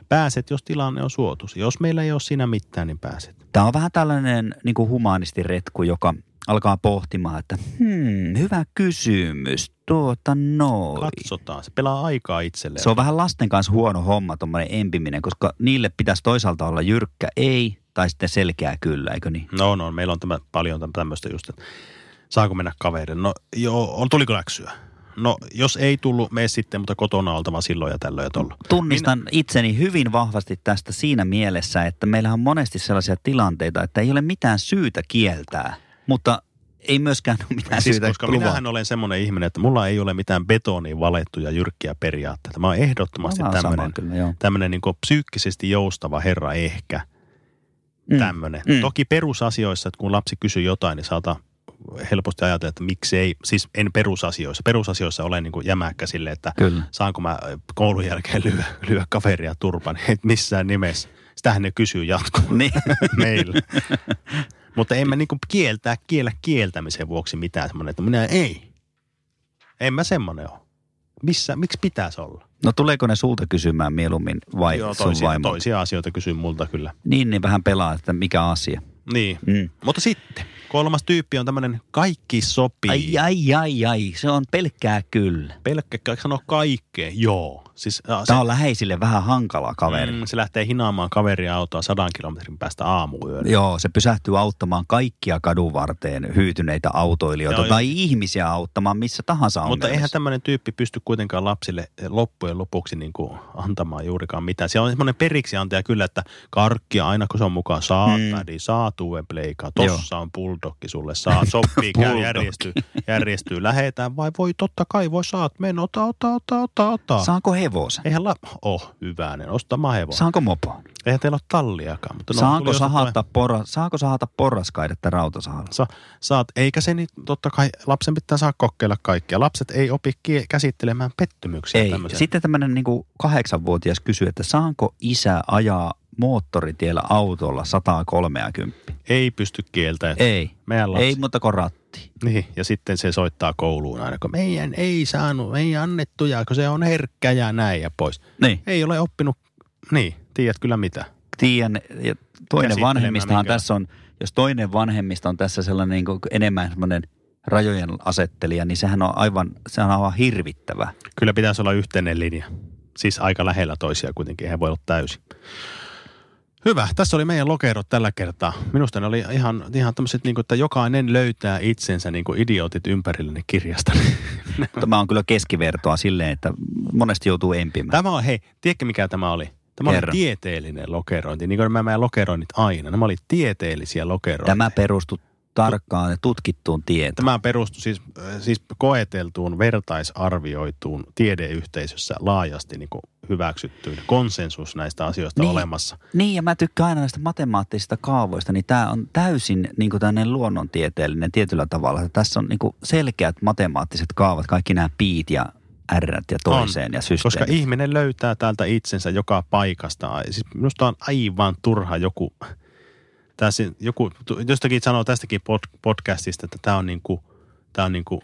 S2: Pääset, jos tilanne on suotus. Jos meillä ei ole siinä mitään, niin pääset.
S1: Tämä on vähän tällainen niin kuin humanistiretku, joka alkaa pohtimaan, että hmm, hyvä kysymys, tuota noin.
S2: Katsotaan. Se pelaa aikaa itselleen.
S1: Se on vähän lasten kanssa huono homma, tuommoinen empiminen, koska niille pitäisi toisaalta olla jyrkkä ei tai sitten selkeä kyllä, eikö niin?
S2: No, no, meillä on tämä, paljon täm- tämmöistä just, että saako mennä kaverille. No, joo, on, tuliko läksyä? No, jos ei tullut, mene sitten, mutta kotona on oltava silloin ja tällöin ja tuolla.
S1: Tunnistan Minä... itseni hyvin vahvasti tästä siinä mielessä, että meillähän on monesti sellaisia tilanteita, että ei ole mitään syytä kieltää, mutta ei myöskään ole mitään
S2: Siis,
S1: syytä
S2: koska
S1: luvata.
S2: minähän olen semmoinen ihminen, että mulla ei ole mitään betoniin valettuja jyrkkiä periaatteita. Mä oon ehdottomasti
S1: No, Mä oon sama
S2: tämmöinen,
S1: kyllä, joo.
S2: tämmöinen niin psyykkisesti joustava herra ehkä.
S1: Mm.
S2: tämmöinen.
S1: Mm.
S2: Mm. Toki perusasioissa, että kun lapsi kysyy jotain, niin saata helposti ajatella, että miksi ei. Siis en perusasioissa. Perusasioissa olen niin kuin jämäkkä sille, että
S1: Kyllä.
S2: saanko mä ö, koulun jälkeen lyö, lyö kaveria turpan. [laughs] Et missään nimessä. Sitähän ne kysyy jatkoon
S1: Niin. [laughs]
S2: meillä. Mutta en mä niin kuin kieltää, kiellä kieltämisen vuoksi mitään semmoinen, että minä ei. En mä semmoinen ole. Missä, miksi pitäisi olla?
S1: No tuleeko ne sulta kysymään mieluummin vai
S2: Joo,
S1: sun
S2: toisia,
S1: vaimo?
S2: toisia asioita kysyy multa kyllä.
S1: Niin, niin vähän pelaa, että mikä asia.
S2: Niin.
S1: Mm.
S2: Mutta sitten, kolmas tyyppi on tämmöinen kaikki sopii.
S1: Ai, ai, ai, ai, se on pelkkää kyllä.
S2: Pelkkä ka- sanoo kaikkea, joo. Siis, äh, se,
S1: Tämä on läheisille vähän hankalaa kaveri.
S2: mm, se lähtee hinaamaan kaveria autoa sadan kilometrin päästä aamuyöllä.
S1: Joo, se pysähtyy auttamaan kaikkia kadun varteen hyytyneitä autoilijoita
S2: Joo,
S1: tai ihmisiä auttamaan missä tahansa
S2: Mutta
S1: ongelmissa.
S2: eihän tämmöinen tyyppi pysty kuitenkaan lapsille eh, loppujen lopuksi niin kuin antamaan juurikaan mitään. Siellä on semmoinen periksiantaja kyllä, että karkkia aina kun se on mukaan saa,
S1: Mm.
S2: mm. pädi, saa tuuen pleikaa, tossa on pul, bulldogki sulle saa, sopii, käy,
S1: Bulldogki.
S2: järjestyy, järjestyy, lähetään vai voi totta kai, voi saat, men, ota, ota, ota, ota, ota.
S1: Saanko hevosen?
S2: Eihän la... Oh, hyvänen, ostamaan hevonen. Sa-
S1: Saanko mopo?
S2: Eihän teillä ole talliakaan. Mutta no,
S1: saanko,
S2: tuli
S1: sahata
S2: ostettua-
S1: porra, saanko sahata porraskaidetta rautasahalla?
S2: Sa- saat, eikä se niin, totta kai lapsen pitää saa kokeilla kaikkia. Lapset ei opi kie- käsittelemään pettymyksiä
S1: Ei.
S2: tämmöisen.
S1: Sitten tämmöinen niin kahdeksanvuotias kysyy, että saanko isä ajaa moottoritiellä autolla 130?
S2: ei pysty kieltäytymään.
S1: Ei.
S2: Meidän lapsi.
S1: Ei, mutta kun ratti.
S2: Niin, ja sitten se soittaa kouluun aina, kun meidän ei saanut, ei annettu, ja kun se on herkkä ja näin ja pois.
S1: Niin.
S2: Ei ole oppinut, niin, tiedät kyllä mitä.
S1: Tiedän, ja toinen
S2: Käsittelemään
S1: vanhemmistahan
S2: minkä-
S1: tässä on, jos toinen vanhemmista on tässä sellainen niin kuin enemmän semmoinen rajojen asettelija, niin sehän on aivan, sehän on aivan hirvittävä.
S2: Kyllä pitäisi olla yhteinen linja. Siis aika lähellä toisia kuitenkin, eihän voi olla täysin. Hyvä, tässä oli meidän lokerot tällä kertaa. Minusta ne oli ihan, ihan tämmöiset, niin kuin, että jokainen löytää itsensä niin kuin idiotit ympärilleni
S1: [laughs]
S2: kirjasta.
S1: Tämä on kyllä keskivertoa silleen, että monesti joutuu empimään.
S2: Tämä on, hei, tiedätkö mikä tämä oli? Tämä oli
S1: Kerro.
S2: tieteellinen lokerointi, niin kuin nämä lokeroinnit aina. Nämä oli tieteellisiä lokerointeja.
S1: Tämä perustuu tarkkaan ja tutkittuun tietoon.
S2: Tämä perustui siis, äh, siis koeteltuun, vertaisarvioituun tiedeyhteisössä laajasti niin kuin hyväksyttyyn konsensus näistä asioista
S1: Niin.
S2: niin. olemassa.
S1: Niin, ja mä tykkään aina näistä matemaattisista kaavoista, niin tämä on täysin niin kuin tämmöinen luonnontieteellinen tietyllä tavalla. Tässä on niin kuin selkeät matemaattiset kaavat, kaikki nämä piit ja ärrät ja toiseen on, ja
S2: Koska
S1: systeemit.
S2: ihminen löytää täältä itsensä joka paikasta. Ai- Siis minusta on aivan turha joku, tässä joku tu- jostakin sanoo tästäkin pod- podcastista, että tämä on, niin kuin, tämä on niin kuin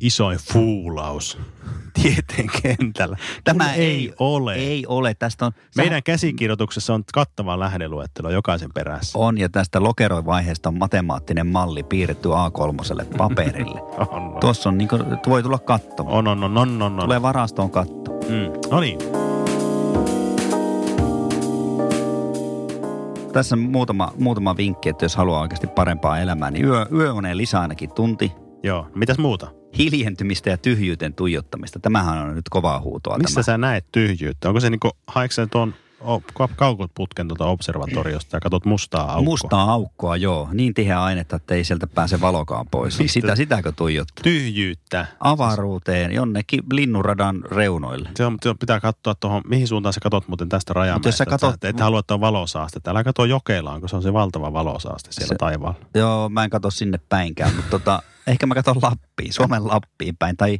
S2: isoin fuulaus [laughs] tieteen kentällä. Kun ei ole.
S1: Ei ole. Tästä on,
S2: Meidän käsikirjoituksessa on kattava lähdeluettelo jokaisen perässä.
S1: on ja tästä lokeroivaiheesta on matemaattinen malli piirretty A3
S2: [laughs]
S1: paperille.
S2: On,
S1: Tuossa on, niin kuin, voi tulla katsomaan.
S2: on, on, on, on, on.
S1: Tulee varastoon katto.
S2: Mm. No niin,
S1: Tässä on muutama, muutama vinkki, että jos haluaa oikeasti parempaa elämää, niin yö, yöuneen lisää ainakin tunti.
S2: joo. Mitäs muuta?
S1: hiljentymistä ja tyhjyyteen tuijottamista. Tämähän on nyt kovaa huutoa.
S2: Missä
S1: tämä.
S2: sä näet tyhjyyttä? Onko se niinku, haiksen tuon o- ka- kaukoputken tuota observatoriosta ja katot mustaa aukkoa?
S1: Mustaa aukkoa, joo. Niin tiheä ainetta, että ei sieltä pääse valokaan pois.
S2: Mistä-
S1: Sitä, sitäkö tuijottaa?
S2: Tyhjyyttä.
S1: Avaruuteen, jonnekin linnunradan reunoille.
S2: Se on, se pitää katsoa tuohon, mihin suuntaan sä katot muuten tästä
S1: Mutta jos
S2: rajamäestä.
S1: sä katot-
S2: että et halua tuon valosaastetta. Älä katso Jokelaan, kun se on se valtava valosaaste siellä
S1: Se-
S2: se... taivaalla.
S1: Joo, mä en katso sinne päinkään, mutta tota, [laughs] ehkä mä katson Lappiin, Suomen Lappiin päin. Tai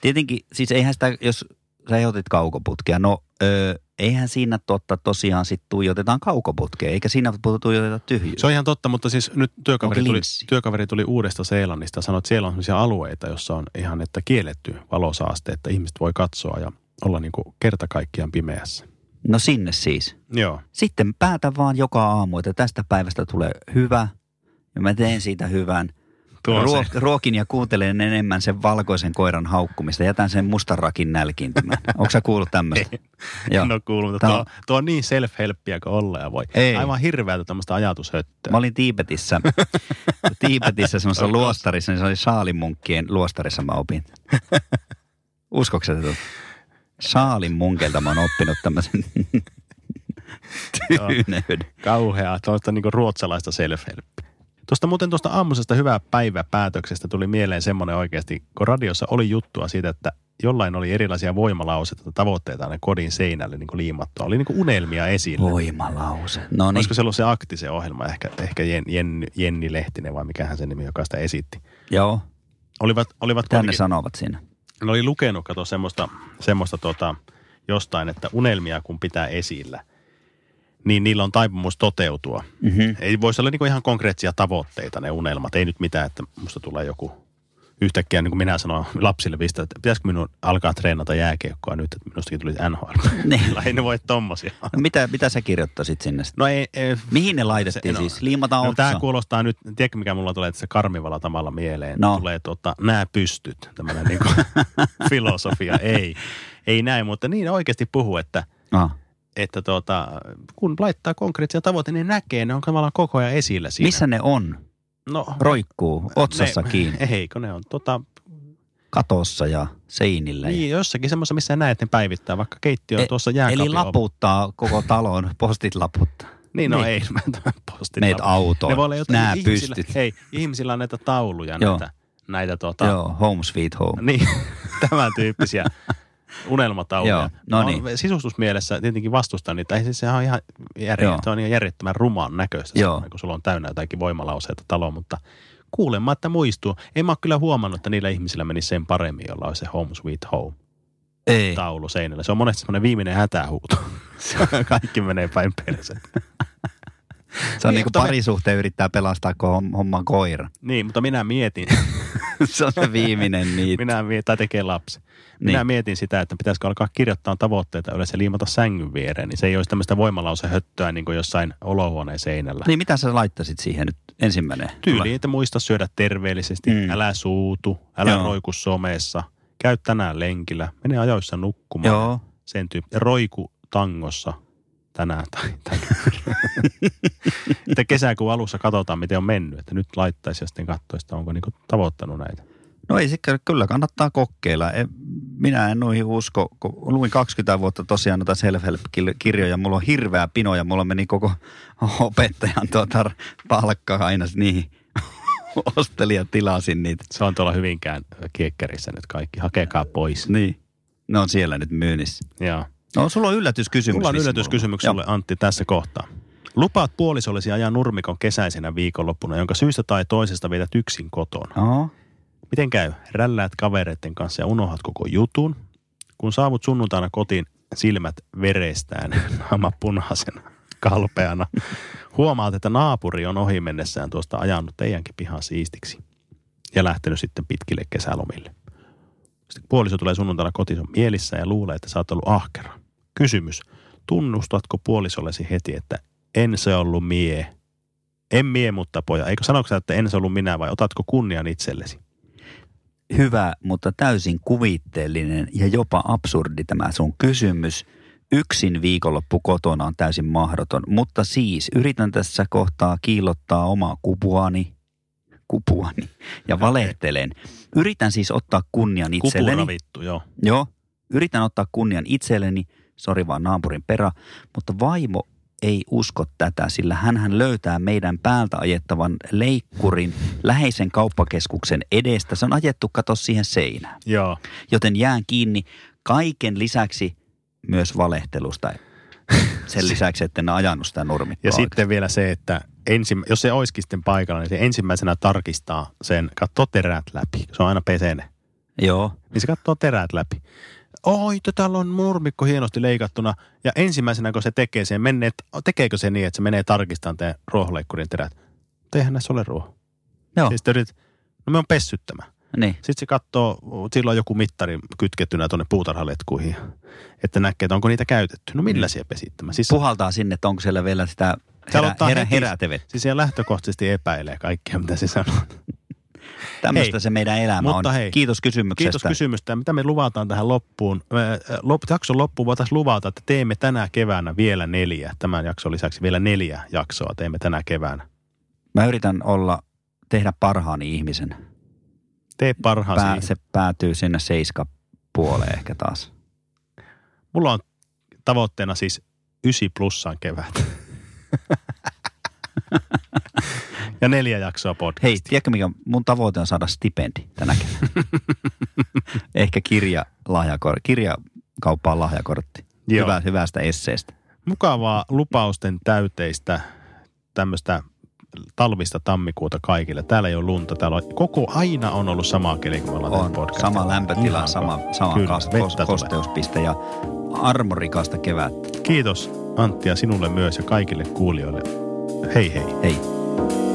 S1: tietenkin, siis eihän sitä, jos sä ehdotit kaukoputkea, no öö, eihän siinä totta tosiaan sit tuijotetaan kaukoputkea, eikä siinä tuijoteta tyhjyyttä.
S2: Se on ihan totta, mutta siis nyt työkaveri
S1: Onkin
S2: tuli,
S1: linssi.
S2: työkaveri tuli uudesta Seelannista. Sanoi, että siellä on sellaisia alueita, jossa on ihan että kielletty valosaaste, että ihmiset voi katsoa ja olla niinku kerta kaikkiaan pimeässä.
S1: No sinne siis.
S2: Joo.
S1: Sitten päätä vaan joka aamu, että tästä päivästä tulee hyvä ja mä teen siitä hyvän.
S2: Tuo on se.
S1: Ruok- ruokin ja kuuntelen enemmän sen valkoisen koiran haukkumista. Jätän sen mustan rakin
S2: [laughs]
S1: nälkiintymään. Onko sä kuullut tämmöistä? Joo.
S2: En ole kuullut, mutta
S1: Tää
S2: tuo,
S1: on-
S2: tuo on niin self-helppiä kuin olla ja voi.
S1: Ei.
S2: Aivan hirveätä tämmöistä ajatushöttöä.
S1: Mä olin
S2: [laughs]
S1: Tiibetissä, Tiibetissä semmoisessa luostarissa, niin se oli saalimunkkien luostarissa mä
S2: [laughs]
S1: opin. Uskoksä tätä? Saalimunkelta mä oon oppinut
S2: [laughs]
S1: tämmöisen tyyneyden.
S2: Kauheaa, tuosta niinku ruotsalaista self-helppiä. Tuosta muuten tuosta aamuisesta hyvää päiväpäätöksestä tuli mieleen semmoinen oikeasti, kun radiossa oli juttua siitä, että jollain oli erilaisia voimalauseita tai tavoitteita aina kodin seinälle niin liimattua. Oli niin kuin unelmia esillä.
S1: niin. Voimalause. No niin,
S2: Olisiko se ollut se akti se ohjelma, ehkä, ehkä Jen, Jen, Jenni Lehtinen vai mikähän se nimi, joka sitä esitti.
S1: joo.
S2: Olivat, olivat
S1: Mitä ne
S2: kuitenkin-
S1: sanovat siinä?
S2: ne oli lukenut, kato semmoista, semmoista tota, jostain, että unelmia kun pitää esillä, niin niillä on taipumus toteutua.
S1: Mm-hmm.
S2: Ei voisi olla niinku ihan konkreettisia tavoitteita ne unelmat. Ei nyt mitään, että musta tulee joku yhtäkkiä, niin kuin minä sanoin lapsille pistä, että pitäisikö minun alkaa treenata jääkiekkoa nyt, että minustakin tuli NHL.
S1: Niin.
S2: [laughs] ei ne voi tommosia.
S1: No mitä, mitä sä kirjoittaisit sinne? sitten?
S2: No ei, ei
S1: Mihin ne laitettiin
S2: Se-
S1: se,
S2: no.
S1: no, siis? Liimataan
S2: No,
S1: no,
S2: tämä
S1: otsaan.
S2: kuulostaa nyt, tiedätkö mikä mulla tulee tässä karmivalla tavalla mieleen?
S1: No.
S2: No. Tulee tota, nää pystyt, tämmöinen
S1: [laughs]
S2: niinku filosofia, ei. Ei näin, mutta niin oikeasti puhuu, että,
S1: Ah.
S2: että tuota, kun laittaa konkreettisia tavoitteita, niin näkee, ne on tavallaan koko ajan esillä siinä.
S1: Missä ne on?
S2: No,
S1: Roikkuu otsassa
S2: ne,
S1: kiinni,
S2: Eikö ne on? Tota,
S1: katossa ja seinillä. ja-
S2: niin, jossakin semmoisessa, missä näet ne päivittää, vaikka keittiö on
S1: E-
S2: tuossa jääkaapin
S1: Eli laputtaa koko talon, postit laputtaa.
S2: Niin, no
S1: Niin.
S2: niin. ei, [laughs] mä tämän postin
S1: Meet
S2: tavan.
S1: autoon.
S2: Ne voi olla jotain,
S1: Nää
S2: ihmisillä,
S1: pystyt.
S2: hei, ihmisillä on näitä tauluja,
S1: Joo.
S2: näitä, näitä tota,
S1: Joo, home sweet home.
S2: Niin, [laughs] tämän tyyppisiä unelmatauluja.
S1: Joo, no
S2: Mä oon
S1: niin.
S2: Sisustusmielessä tietenkin vastustan niitä. Ei, siis sehän on ihan, järj...
S1: Joo.
S2: se on ihan järjettömän rumaan näköistä,
S1: Joo.
S2: Joo. kun sulla on täynnä jotakin voimalauseita taloon, mutta kuulemma, että muistuu. En mä ole kyllä huomannut, että niillä ihmisillä meni sen paremmin, jolla on se home sweet home
S1: Ei.
S2: taulu seinällä. Se on monesti semmoinen viimeinen hätähuuto. [laughs] Kaikki menee päin
S1: [laughs]
S2: perseen.
S1: Se on
S2: Niin,
S1: niin kuin
S2: mutta me-
S1: parisuhteen yrittää pelastaa kun hom- homman koira. [laughs]
S2: Niin, mutta minä mietin,
S1: se on se viimeinen niitä.
S2: minä mietin tai tekee lapsi. Minä
S1: Niin.
S2: niin. mietin sitä, että pitäisikö alkaa kirjoittaa tavoitteita ylös ja liimata sängyn viereen, niin se ei olisi tämmöistä voimalausehöttöä niin kuin jossain olohuoneen seinällä. Niin.
S1: Niin mitä sä laittaisit siihen nyt ensimmäinen?
S2: Tyyli, että muista syödä terveellisesti,
S1: Mm.
S2: mm. älä suutu, älä
S1: Joo.
S2: Joo. roiku somessa, käy tänään lenkillä, mene ajoissa nukkumaan.
S1: Joo.
S2: Sen tyyppi. Roiku tangossa tänään tai [laughs]
S1: [laughs]
S2: tänään. että kesäkuun alussa katsotaan, miten on mennyt, että nyt laittaisi ja sitten katsoisi, että onko niin tavoittanut näitä.
S1: No ei sikkö, kyllä kannattaa kokeilla. En, minä en noihin usko, kun luin 20 vuotta tosiaan noita self-help-kirjoja. Mulla on hirveä pinoja, mulla meni koko opettajan tuota palkka aina niihin. [laughs] Ostelin ja tilasin niitä.
S2: Se on tuolla hyvinkään kiekkärissä nyt kaikki. Hakekaa pois.
S1: Niin. Ne on siellä nyt myynnissä.
S2: Joo.
S1: No sulla on yllätyskysymys.
S2: Mulla on
S1: vissiin
S2: yllätyskysymys
S1: Joo.
S2: sulle, Antti, tässä kohtaa. Lupaat puolisollesi ajaa nurmikon kesäisenä viikonloppuna, jonka syystä tai toisesta vietät yksin kotona.
S1: Joo.
S2: Miten käy? Rälläät kavereiden kanssa ja unohdat koko jutun. Kun saavut sunnuntaina kotiin, silmät verestään, [laughs] naama punaisena, kalpeana. Huomaat, että naapuri on ohi mennessään tuosta ajanut teidänkin pihan siistiksi ja lähtenyt sitten pitkille kesälomille. Sitten kun puoliso tulee sunnuntaina kotiin se on mielissä ja luulee, että sä oot ollut ahkera. Kysymys. Tunnustatko puolisollesi heti, että en se ollut mie? En mie, mutta poja. Eikö sanoiko sä, että en se ollut minä vai otatko kunnian itsellesi?
S1: hyvä, mutta täysin kuvitteellinen ja jopa absurdi tämä sun kysymys. Yksin viikonloppu kotona on täysin mahdoton, mutta siis yritän tässä kohtaa kiillottaa omaa kupuani, kupuani ja valehtelen. Yritän siis ottaa kunnian itselleni.
S2: Kupura vittu, joo.
S1: Joo, yritän ottaa kunnian itselleni, sori vaan naapurin perä, mutta vaimo ei usko tätä, sillä hän löytää meidän päältä ajettavan leikkurin läheisen kauppakeskuksen edestä. Se on ajettu, kato siihen seinään.
S2: Joo.
S1: Joten jään kiinni kaiken lisäksi myös valehtelusta.
S2: [laughs]
S1: Sen lisäksi, että en ole ajanut sitä nurmikkoa.
S2: Ja sitten vielä se, että ensimmä, jos se olisikin sitten paikalla, niin se ensimmäisenä tarkistaa sen, katsoo terät läpi. Se on aina pesene.
S1: oikein. Joo,
S2: Niin se katsoo terät läpi. Oi, to, täällä on nurmikko hienosti leikattuna. Ja ensimmäisenä, kun se tekee sen, menee, tekeekö se niin, että se menee tarkistamaan teidän ruohonleikkurin terät? Mutta eihän näissä ole ruoho.
S1: joo,
S2: Siis te yrität, no me on pessyt tämä.
S1: niin.
S2: Sitten se katsoo, sillä on joku mittari kytkettynä tuonne puutarhaletkuihin, että näkee, että onko niitä käytetty. No millä siellä pesit tämä? Siis
S1: Puhaltaa sinne, että onko siellä vielä sitä herä,
S2: aloittaa
S1: herä,
S2: heti-
S1: herätevettä.
S2: Siis siellä lähtökohtaisesti epäilee kaikkea, mitä se sanoo.
S1: Tämmöistä
S2: Hei,
S1: se meidän elämä
S2: mutta
S1: on.
S2: hei,
S1: Kiitos kysymyksestä.
S2: Kiitos kysymystä. Mitä me luvataan tähän loppuun? Ö, ö, Lop, jakson loppuun voitaisiin luvata, että teemme tänä keväänä vielä neljä. Tämän jakson lisäksi vielä neljä jaksoa teemme tänä keväänä.
S1: Mä yritän olla, tehdä parhaani ihmisen.
S2: Tee parhaasi.
S1: Pää, se päätyy sinne seiska puoleen ehkä taas.
S2: Mulla on tavoitteena siis ysi plussaan [laughs] kevät. ja neljä jaksoa podcast.
S1: Hei, tiedätkö mikä? Mun tavoite on saada stipendi tänä keväänä.
S2: [laughs]
S1: ehkä kirja, lahjakor, kirjakauppaan lahjakortti.
S2: Joo.
S1: Hyvä, hyvästä esseestä.
S2: Mukavaa lupausten täyteistä tämmöistä talvista tammikuuta kaikille. Täällä ei ole lunta, täällä on, koko aina on ollut sama keli, kun me ollaan
S1: On
S2: tehty podcastia.
S1: sama lämpötila,
S2: Ihan
S1: sama,
S2: ko-
S1: sama
S2: Kyllä,
S1: kas,
S2: vettä
S1: kos,
S2: tulee.
S1: kosteuspiste ja armorikasta kevättä.
S2: Kiitos Antti ja sinulle myös ja kaikille kuulijoille. Hei hei.
S1: Hei.